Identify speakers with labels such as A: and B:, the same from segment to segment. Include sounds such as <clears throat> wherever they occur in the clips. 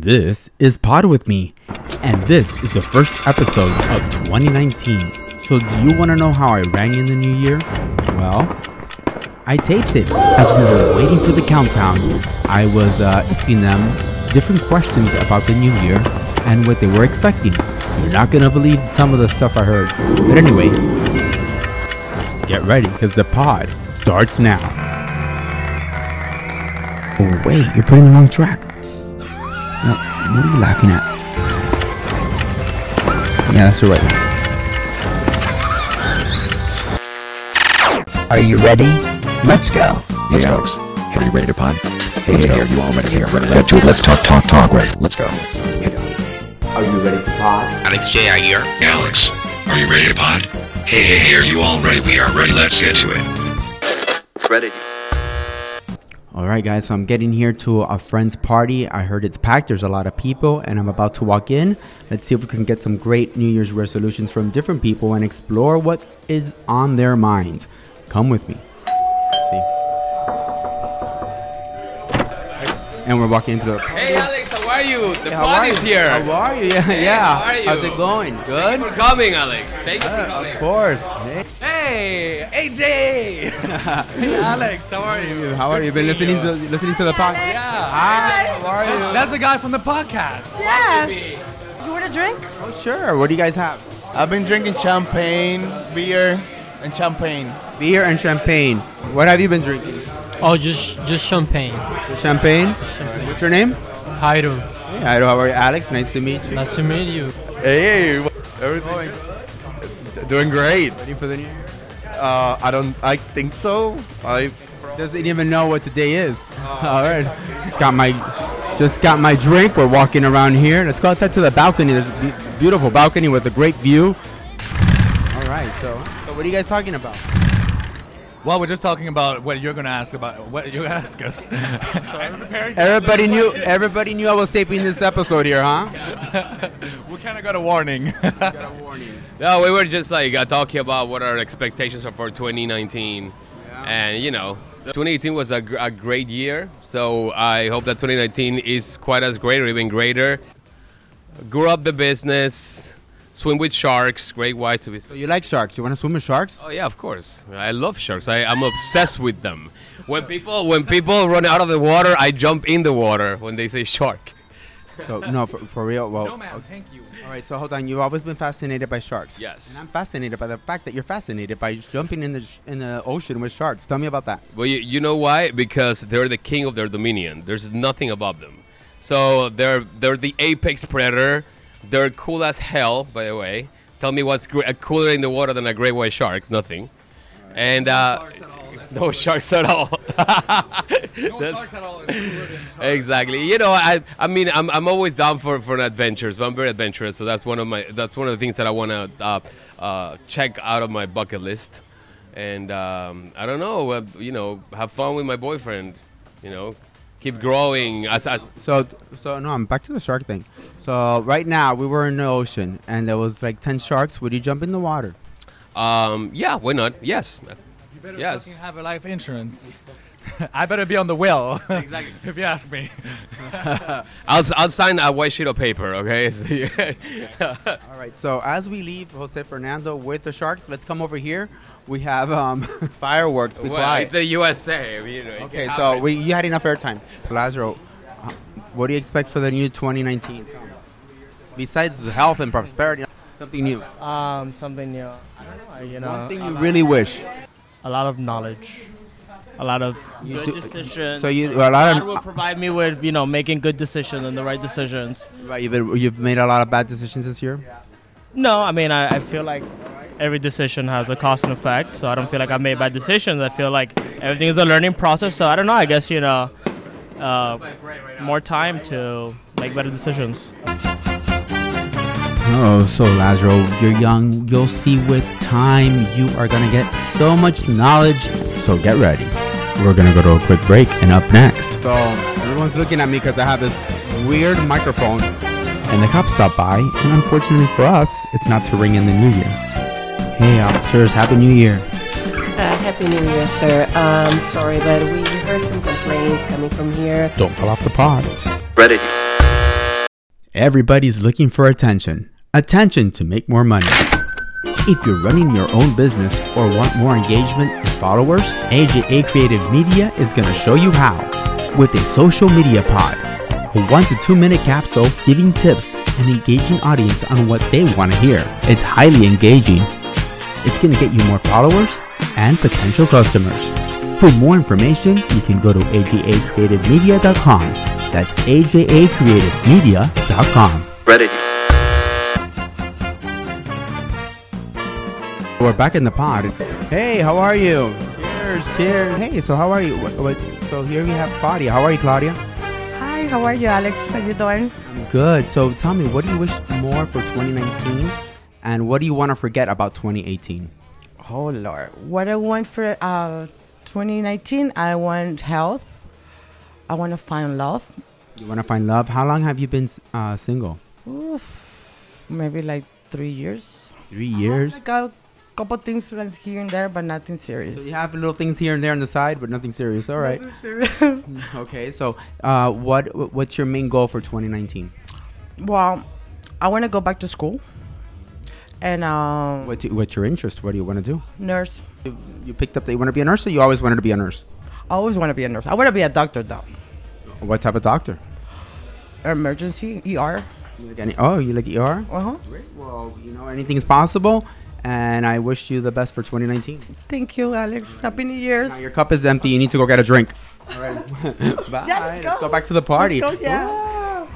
A: This is Pod With Me, and this is the first episode of 2019. So, do you want to know how I rang in the new year? Well, I taped it as we were waiting for the countdown. I was uh, asking them different questions about the new year and what they were expecting. You're not going to believe some of the stuff I heard. But anyway, get ready because the pod starts now. Oh, wait, you're putting the wrong track. No, what are you laughing at? Yeah, that's all right.
B: Are you ready? Let's go.
C: Let's go. Are you ready to pod? Hey, let's go. Are you all ready here? Ready to tube? Let's talk, talk, talk. Right. Let's go.
D: Alex J. Aguirre.
C: Alex, are you ready to pod? Hey, hey, hey, are you all ready? We are ready. Let's get to it.
D: Ready.
A: All right, guys. So I'm getting here to a friend's party. I heard it's packed. There's a lot of people, and I'm about to walk in. Let's see if we can get some great New Year's resolutions from different people and explore what is on their minds. Come with me. Let's see. And we're walking into the.
E: Hey Alex, how are you? The
A: How
E: pod
A: are
E: is
A: you?
E: here.
A: How are you? Yeah,
E: Hey,
A: yeah.
E: how are
A: How's
E: you?
A: it going?
E: Thank
A: Good.
E: you for coming, Alex. Thank you for
A: Ah, Of
E: coming.
A: course. Hey.
E: Hey,
A: <laughs>
E: AJ. hey Alex, how are you?
A: How are you? Been
E: Good to see
A: listening to listening to the podcast?
E: Yeah.
A: Hi. How are you?
E: That's the guy from the podcast.
F: Yeah. You want a drink?
A: Oh, sure. What do you guys have?
G: I've been drinking champagne, beer, and champagne.
A: Beer and champagne. What have you been drinking?
H: Oh, just just champagne.
A: Champagne. What's your name?
H: Jairo,
A: Hey, Ido, how are you? Alex, nice to meet you.
H: nice to meet you.
G: Hey, wh- everything going? Doing great.
A: Ready for the new year?
G: Uh, I don't. I think so. I.
A: Doesn't even know what today is.
E: Oh,
A: All right. Just got my, just got my drink. We're walking around here. Let's go outside to the balcony. There's a be- beautiful balcony with a great view. All right. So, so what are you guys talking about?
I: Well, we're just talking about what you're gonna ask about what you ask
E: <laughs>
I: us. I'm preparing.
A: Everybody knew. Everybody knew I was taping this episode here, huh?
I: We kind of got a warning.
E: No, we were just like uh, talking about what our expectations are for 2019, and you know, 2018 was a, gr- a great year. So I hope that 2019 is quite as great or even greater. Grew up the business, swim with sharks, great whites to be.
A: So you like sharks? You want to swim with sharks?
E: Oh yeah, of course. I love sharks. I, I'm obsessed with them. When people when people run out of the water, I jump in the water when they say shark.
A: So no, for, for real. Well,
I: ma'am, thank you.
A: All right, so hold on. You've always been fascinated by sharks.
E: Yes.
A: And I'm fascinated by the fact that you're fascinated by jumping in the sh- in the ocean with sharks. Tell me about that.
E: Well, you, you know why? Because they're the king of their dominion. There's nothing above them. So they're they're the apex predator. They're cool as hell, by the way. Tell me what's gre- cooler in the water than a great white shark? Nothing. And uh, <laughs> no sharks at all. <laughs> Exactly. You know, I I mean, I'm, I'm always down for, for an adventure, so I'm very adventurous. So that's one of my that's one of the things that I want to uh, uh, check out of my bucket list. And um, I don't know, uh, you know, have fun with my boyfriend. You know, keep growing. As, as
A: So so no, I'm back to the shark thing. So right now we were in the ocean and there was like ten sharks. Would you jump in the water?
E: um, yeah, why not? Yes.
I: Better
E: Yes.
I: fucking have a life insurance. <laughs> I better be on the <laughs> well. Exactly. if you ask me.
E: I'll, s- I'll sign a white sheet of paper, okay? <laughs> So, yeah.
A: All right. So as we leave Jose Fernando with the sharks, let's come over here. We have um, <laughs> fireworks. Be
E: well,
A: quiet.
E: it's the USA. I mean, you know, it
A: okay.
E: can
A: So
E: happen.
A: we you had enough airtime, Lazaro. uh, What do you expect for the new 2019? Besides the health and prosperity, something new.
H: Um, something new. I don't know. You know,
A: One thing you really wish.
H: a lot of knowledge, a lot of
A: You
H: good
A: do-
H: decisions.
A: so you- a lot of-
H: God will provide me with you know making good decisions and the right decisions.
A: Right, you've, been, you've made a lot of bad decisions this year.
H: No, I mean I, I feel like every decision has a cause and effect. So I don't feel like I made bad decisions. I feel like everything is a learning process. So I don't know. I guess you know, uh, more time to make better decisions.
A: Oh, so Lazaro, you're young. You'll see with time you are gonna get so much knowledge. So get ready. We're gonna go to a quick break, and up next. So everyone's looking at me because I have this weird microphone. And the cops stop by, and unfortunately for us, it's not to ring in the new year. Hey, officers, happy new year.
F: Uh, Happy New Year, sir. Um, sorry, but we heard some complaints coming from here.
A: Don't fall off the pod.
D: Ready.
A: Everybody's looking for attention. Attention to make more money. If you're running your own business or want more engagement and followers, AJA Creative Media is going to show you how with a social media pod, a one to two minute capsule giving tips and engaging audience on what they want to hear. It's highly engaging. It's going to get you more followers and potential customers. For more information, you can go to ajacreativemedia.com. That's ajacreativemedia.com.
D: Ready.
A: We're back in the pod. Hey, how are you? Cheers, cheers. Hey, so how are you? What, what, so here we have Claudia. How are you, Claudia?
J: Hi, how are you, Alex? How you doing?
A: Good. So tell me, what do you wish more for 2019, and what do you want to forget about 2018?
J: Oh Lord, what I want for uh, 2019, I want health. I want to find love.
A: You want to find love. How long have you been uh, single?
J: Oof, maybe like three years.
A: Three years.
J: I got a couple things like here and there, but nothing serious.
A: So you have little things here and there on the side, but nothing serious. All right. <laughs> okay. So, uh, what what's your main goal for 2019?
J: well, I want to go back to school, and um,
A: What do, what's your interest? What do you want to do?
J: nurse.
A: You, you picked up that you want to be a nurse, or you always wanted to be a nurse.
J: I always want to be a nurse. I want to be a doctor though.
A: What type of doctor?
J: Emergency ER.
A: You like any, oh, you like ER?
J: Uh huh.
A: Great. Well, you know, anything's possible. And I wish you the best for 2019.
J: Thank you, Alex. Happy New Year's.
A: Now your cup is empty. You need to go get a drink. All right. Bye.
J: Yeah,
A: let's,
J: let's
A: go.
J: go.
A: back to the party.
K: Oh,
J: Let's go, yeah.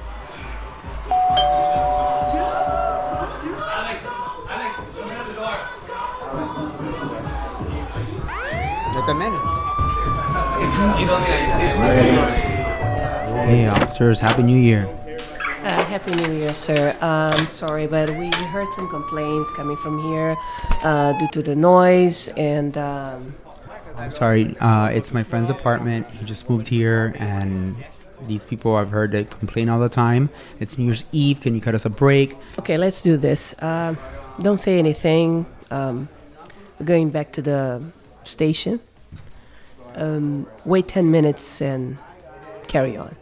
A: Let them in. Hey, officers. Happy New Year.
F: Uh, Happy New Year, sir. Um, sorry, but we heard some complaints coming from here uh, due to the noise and. Um,
A: I'm sorry. Uh, it's my friend's apartment. He just moved here, and these people I've heard they complain all the time. It's New Year's Eve. Can you cut us a break?
F: Okay, let's do this. Um don't say anything. Um, we're going back to the station. Um, wait 10 minutes and carry on.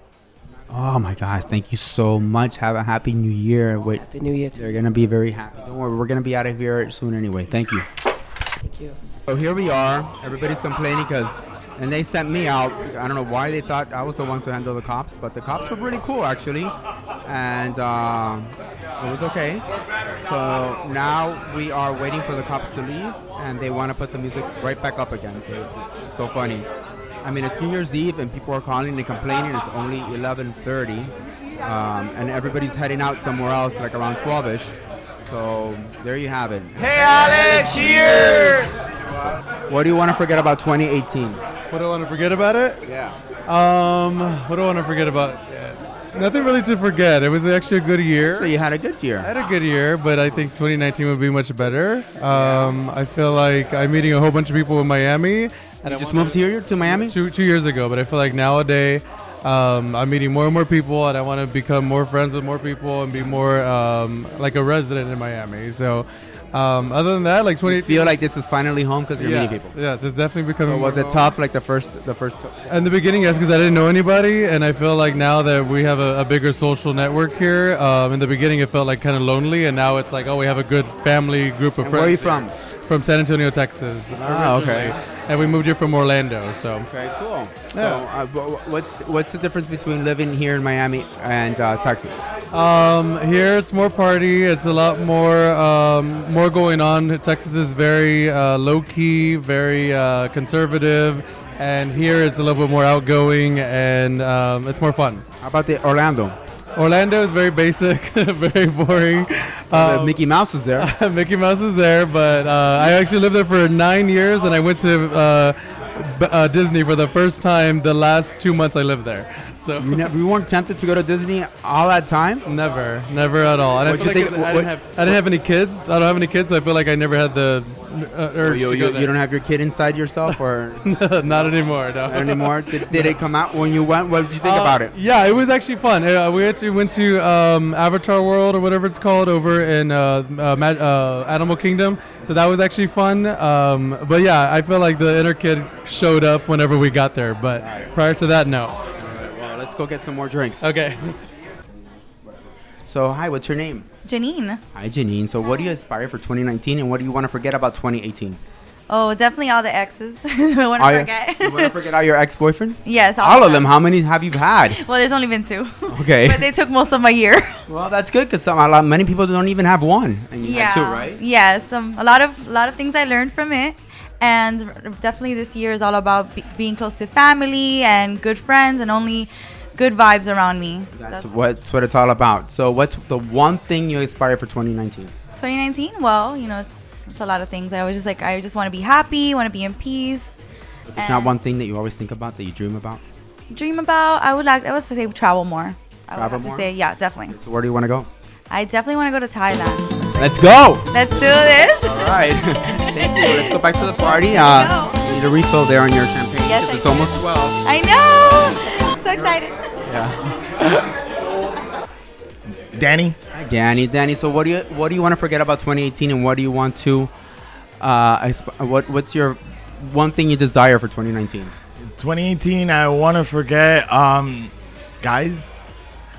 A: Oh my gosh! Thank you so much. Have a happy New Year. Wait,
F: Happy New Year to
A: they're gonna be very happy. Don't worry. We're gonna be out of here soon anyway. Thank you.
F: you.
A: So here we are. Everybody's complaining because, and they sent me out. I don't know why they thought I was the one to handle the cops, but the cops were really cool actually, and um, it was okay. So now we are waiting for the cops to leave, and they want to put the music right back up again. So it's so funny. I mean, it's New Year's Eve, and people are calling and complaining. It's only 11:30, um, and everybody's heading out somewhere else, like around 12ish. So there you have it.
G: Hey, Alex, cheers!
A: What do you want to forget about 2018?
L: What do I want to forget about it?
A: Yeah.
L: Um, what do I want to forget about? Nothing really to forget. It was actually a good year.
A: So you had a good year.
L: I had a good year, but I think 2019 would be much better. Um, I feel like I'm meeting a whole bunch of people in Miami. And I
A: You just
L: wanna-
A: moved here to Miami?
L: two two years ago, but I feel like nowadays um, I'm meeting more and more people, and I want to become more friends with more people and be more um, like a resident in Miami. So, um, other than that, like 2018.
A: Feel like this is finally home because you're
L: yes,
A: meeting people.
L: yes, it's definitely becoming.
A: So was
L: more
A: it tough like the first the first
L: in the beginning, yes, because I didn't know anybody, and I feel like now that we have a, a bigger social network here, um, in the beginning it felt like kind of lonely, and now it's like, oh, we have a good family group of friends.
A: And where are you
L: here.
A: from?
L: From San Antonio, Texas.
A: Ah,
L: originally.
A: okay.
L: And we moved here from Orlando, so.
A: Okay, cool. So uh, wh- what's what's the difference between living here in Miami and uh, Texas?
L: Um, here it's more party. It's a lot more um, more going on. Texas is very uh, low key, very uh, conservative, and here it's a little bit more outgoing and um, it's more fun.
A: How about the Orlando?
L: Orlando is very basic, <laughs> very boring.
A: Uh,
L: Um,
A: Mickey Mouse is
L: <laughs>
A: there.
L: Mickey Mouse is there, but uh, I actually lived there for nine years, and I went to uh, B- uh, Disney for the first time the last two months I lived there. So
A: you, know, you weren't tempted to go to Disney all that time?
L: Never, never at all. And I,
A: What'd
L: feel
A: you
L: like
A: think-
L: I- I,
A: what-
L: didn't have, I didn't have any kids. I don't have any kids, so I feel like I never had the uh, urge
A: You,
L: to
A: Oh, you,
L: go
A: you don't
L: there.
A: have your kid inside yourself
L: <laughs>
A: or
L: Not anymore. No.
A: not anymore? Did, did it come out when you went? What did you think
L: Uh,
A: about it?
L: Yeah, it was actually fun. Uh, we actually went to um, Avatar World or whatever it's called over in uh, uh, Ma- uh, Animal Kingdom, so that was actually fun. Um, but yeah, I feel like the inner kid showed up whenever we got there, but prior to that, no.
A: Well, let's go get some more drinks.
L: Okay.
G: So, hi, what's your name?
K: Janine.
G: Hi, Janine. So, what do you aspire for 2019 and what do you want to forget about 2018?
K: Oh, definitely all the exes. <laughs> I want
G: Are
K: to
G: you-
K: forget.
G: <laughs> You want to forget all your ex boyfriends?
K: Yes, all
G: All
K: of
G: of them. How many have you had?
K: <laughs> well, there's only been two.
G: <laughs> Okay.
K: but they took most of my year. <laughs>
G: Well, that's good because some a lot many people don't even have one. And you
K: yeah.
G: had two, right?
K: Yeah. Some a lot of a lot of things I learned from it, and r- definitely this year is all about be- being close to family and good friends and only good vibes around me. That's,
G: So what's what it's all about. So, what's the one thing you aspire for 2019?
K: 2019. Well, you know, it's it's a lot of things. I was just like, I just want to be happy, want to be in peace.
G: It's not one thing that you always think about that you dream about.
K: Dream about. I would like. I would say travel more. I would
G: Travel
K: have
G: more?
K: to say, yeah, definitely.
G: So, where do you want to go?
K: I definitely want to go to Thailand.
G: Let's go.
K: Let's do this.
G: All right. <laughs> Thank you. Let's go back to the party. Uh, you need a refill there on your champagne.
K: Yes,
G: 'cause
K: I
G: it's almost 12.
K: I know. I'm so excited.
G: Danny. Danny. Danny. So what do you what do you want to forget about 2018, and what do you want to uh, exp- what what's your one thing you desire for 2019?
C: 2018, I want to forget, um, guys,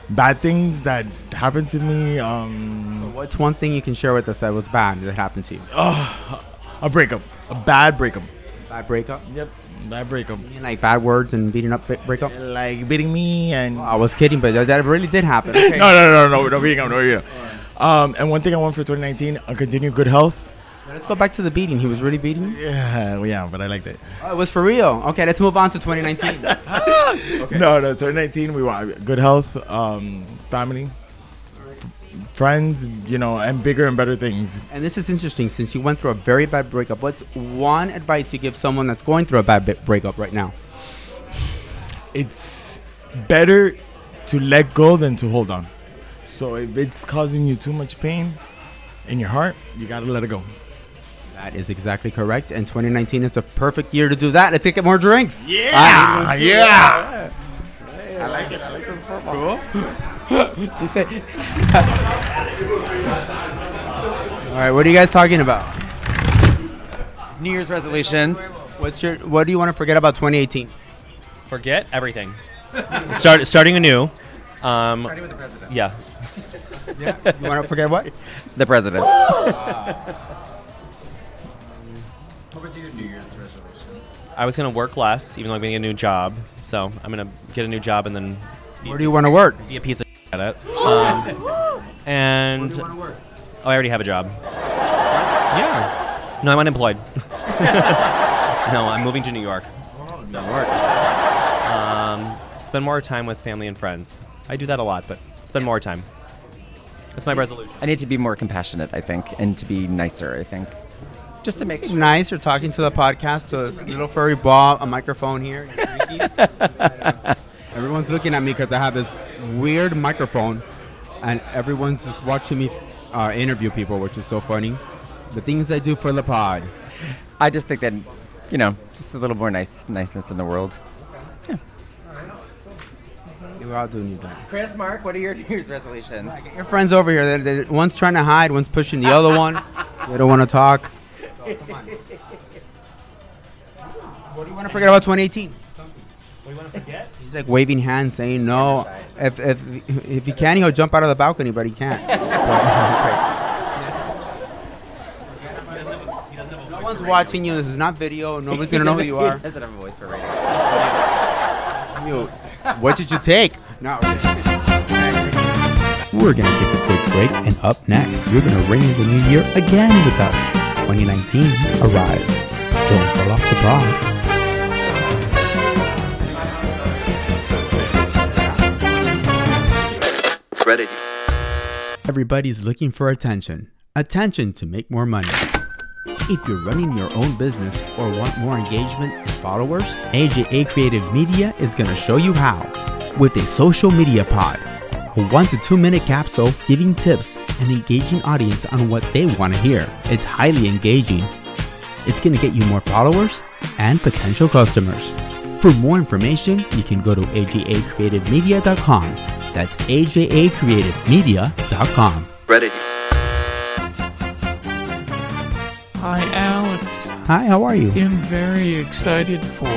C: bad things that happened to me. Um,
G: What's one thing you can share with us that was bad that happened to you?
C: oh, a breakup, a bad breakup.
G: Bad breakup.
C: Yep, bad breakup.
G: Like bad words and beating up breakup.
C: Like beating me and.
G: I was kidding, but that, that really did happen. Okay.
C: <laughs> no, no, no, no, no beating up, no beating up. Um, and one thing I want for 2019, I'll continue good health.
G: Let's go back to the beating. He was really beating.
C: Yeah, well, yeah, but I liked it.
G: Oh, it was for real. Okay, let's move on to 2019.
C: No, no, 2019, we want good health, um, family, friends, you know, and bigger and better things.
G: And this is interesting since you went through a very bad breakup. What's one advice you give someone that's going through a bad bi- breakup right now?
C: It's better to let go than to hold on. So if it's causing you too much pain in your heart, you gotta let it go.
G: That is exactly correct. And 2019 is the perfect year to do that. Let's get more drinks.
C: Yeah,
G: Ah,
C: yeah.
G: I like it. I like the football. Cool. you say. All right. What are you guys talking about?
E: New Year's resolutions.
G: What's your? What do you want to forget about 2018?
E: Forget everything. <laughs> Start starting anew. Um, starting with the president. Yeah.
G: Yeah. You want to forget what?
E: The president.
H: What was your New Year's resolution?
E: I was gonna work less, even though I'm gonna get a new job. So I'm gonna get a new job and then. be-
G: Where do you wanna work?
E: Be a piece of at it. Um, and.
G: Where do you wanna work?
E: Oh, I already have a job. Yeah. No, I'm unemployed. <laughs> no, I'm moving to New York.
G: Oh,
E: New York. Um, spend more time with family and friends. I do that a lot, but spend more time. That's my resolution.
H: I need to be more compassionate, I think, and to be nicer, I think.
G: Just to make nice. You're talking to the podcast to this little furry ball, a microphone here.
H: <laughs>
G: everyone's looking at me because I have this weird microphone, and everyone's just watching me uh, interview people, which is so funny. The things I do for the pod.
H: I just think that, you know, just a little more nice niceness in the world.
G: We all do need that.
H: Chris, Mark, what are your New Year's resolutions?
G: Your friends over here, they're, they're, one's trying to hide, one's pushing the
A: <laughs>
G: other one. They don't want to talk. What do you want to forget about 2018?
E: What do you want to forget?
G: He's like waving hands, saying no. If if if he can, he'll jump out of the balcony, but he
H: <laughs>
G: can't. No one's watching you. This is not video. Nobody's gonna know who you
H: <laughs> He
G: are.
H: doesn't have a voice for radio.
G: You- What did you take? No. We're going to take a quick break, and up next, you're going to ring in the new year again with us. 2019 arrives. Don't fall off the pod.
A: Ready.
G: Everybody's looking for attention. Attention to make more money. If you're running your own business or want more engagement and followers, AJA Creative Media is going to show you how with a social media pod, a one to two minute capsule giving tips and engaging audience on what they want to hear. It's highly engaging. It's going to get you more followers and potential customers. For more information, you can go to ajacreativemedia.com. That's ajacreativemedia.com.
A: Ready.
M: Hi, Alex.
G: Hi, how are you?
M: I'm very excited for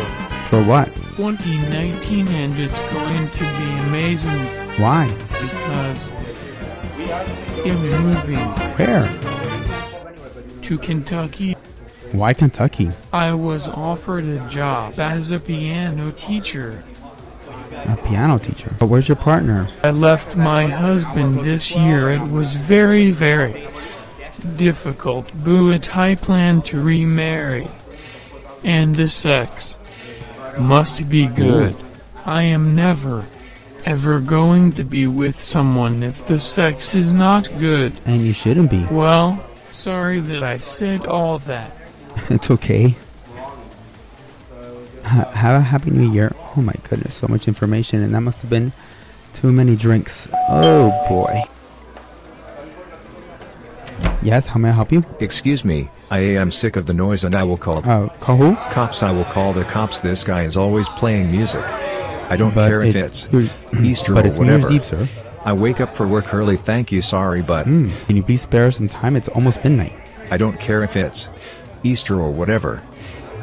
G: For what?
M: 2019 and it's going to be amazing
G: Why?
M: because am moving
A: Where?
M: to Kentucky.
A: Why Kentucky?
M: I was offered a job as a piano teacher.
A: A piano teacher. But where's your partner?
M: I left my husband this year. It was very, very difficult, but I plan to remarry. And the sex must be good. I am never, ever going to be with someone if the sex is not good.
A: And you shouldn't be.
M: Well, sorry that I said all that.
A: it's okay. Ha- Have a happy new year. Oh my goodness, so much information, and that must have been too many drinks. Oh boy. Yes, how may I help you?
C: Excuse me, I am sick of the noise and I will call.
A: Oh, call who?
C: Cops, I will call the cops. This guy is always playing music. I don't
A: But
C: care if
A: it's-
C: it's, <clears throat>
A: <clears throat>
C: Easter
A: but
C: or
A: it's New Year's
C: whatever.
A: Eve, sir.
C: I wake up for work early, thank you, sorry, but
A: Can you please spare us some time? It's almost midnight.
C: I don't care if it's Easter or whatever.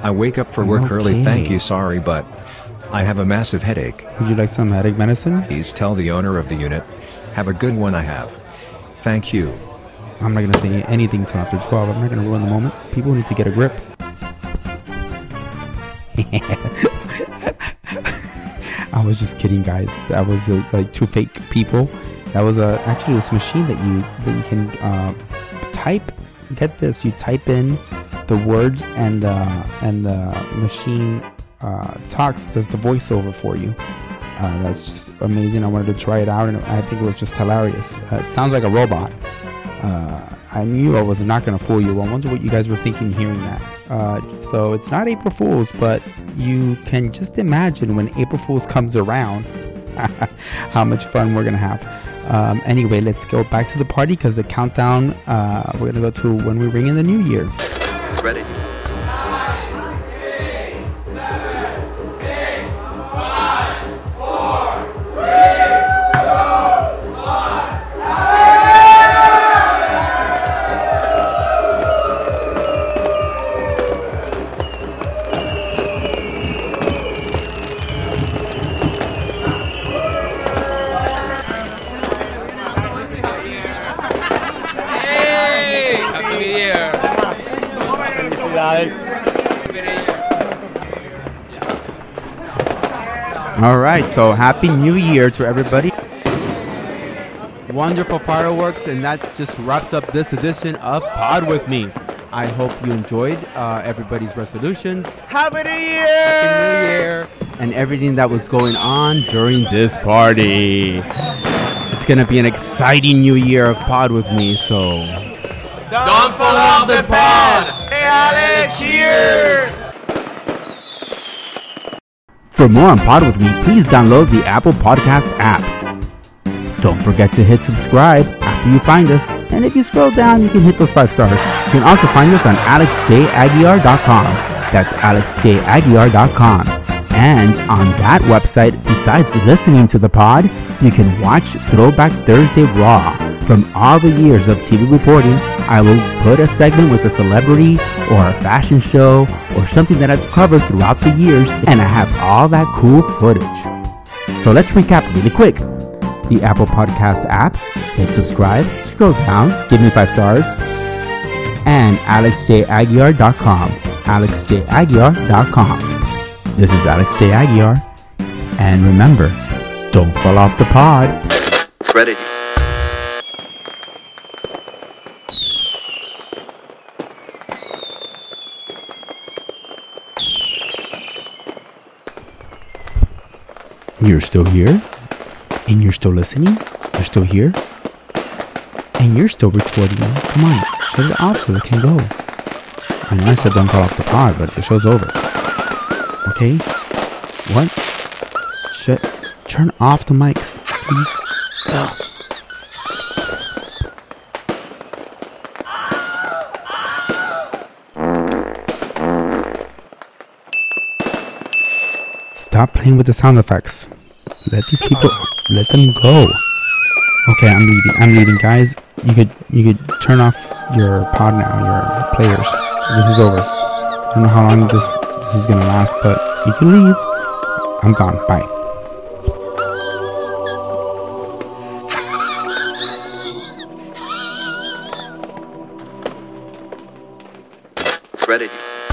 C: I wake up for work
A: Okay.
C: early, thank you, sorry, but I have a massive headache.
A: Would you like some headache medicine?
C: Please tell the owner of the unit. Have a good one, I have. Thank you.
A: I'm not gonna say anything till after 12. I'm not gonna ruin the moment. People need to get a grip. <laughs> I was just kidding, guys. That was uh, like two fake people. That was uh, actually this machine that you that you can uh, type. Get this: you type in the words, and uh, and the machine uh, talks, does the voiceover for you. Uh, that's just amazing. I wanted to try it out, and I think it was just hilarious. Uh, it sounds like a robot. Uh, I knew I was not going to fool you. I wonder what you guys were thinking hearing that. Uh, so it's not April Fool's, but you can just imagine when April Fool's comes around <laughs> how much fun we're going to have. Um, anyway, let's go back to the party because the countdown, uh, we're going to go to when we ring in the new year.
D: Ready.
E: Hey! Happy New Year!
A: All right, so happy new year to everybody. Wonderful fireworks, and that just wraps up this edition of Pod with Me. I hope you enjoyed uh, everybody's resolutions
N: Happy New Year! Happy New Year!
A: and everything that was going on during this party. It's gonna be an exciting new year of Pod with Me, so
N: Don't fall off the pod! Hey, Alex, cheers!
A: For more on Pod With Me, please download the Apple Podcast app. Don't forget to hit subscribe after you find us, and if you scroll down, you can hit those five stars. You can also find us on alexjaguiar.com. That's alexjaguiar.com. And on that website, besides listening to the pod, you can watch Throwback Thursday Raw. From all the years of TV reporting, I will put a segment with a celebrity or a fashion show or something that I've covered throughout the years, and I have all that cool footage. So let's recap really quick. The Apple Podcast app, hit subscribe, scroll down, give me five stars, and alexjaguiar.com. alexjaguiar.com. This is Alex J. Aguiar, and remember, don't fall off the pod.
D: Ready.
A: You're still here, and you're still listening. You're still here, and you're still recording. Come on, shut it off so they can go. I know I said don't fall off the pod, but the show's over. Okay? What? Shut. Turn off the mics, please. Ugh. Stop playing with the sound effects. Let these people let them go. Okay, I'm leaving. I'm leaving, guys. You could you could turn off your pod now, your players. This is over. I don't know how long this this is gonna last, but you can leave. I'm gone. Bye.
D: Ready.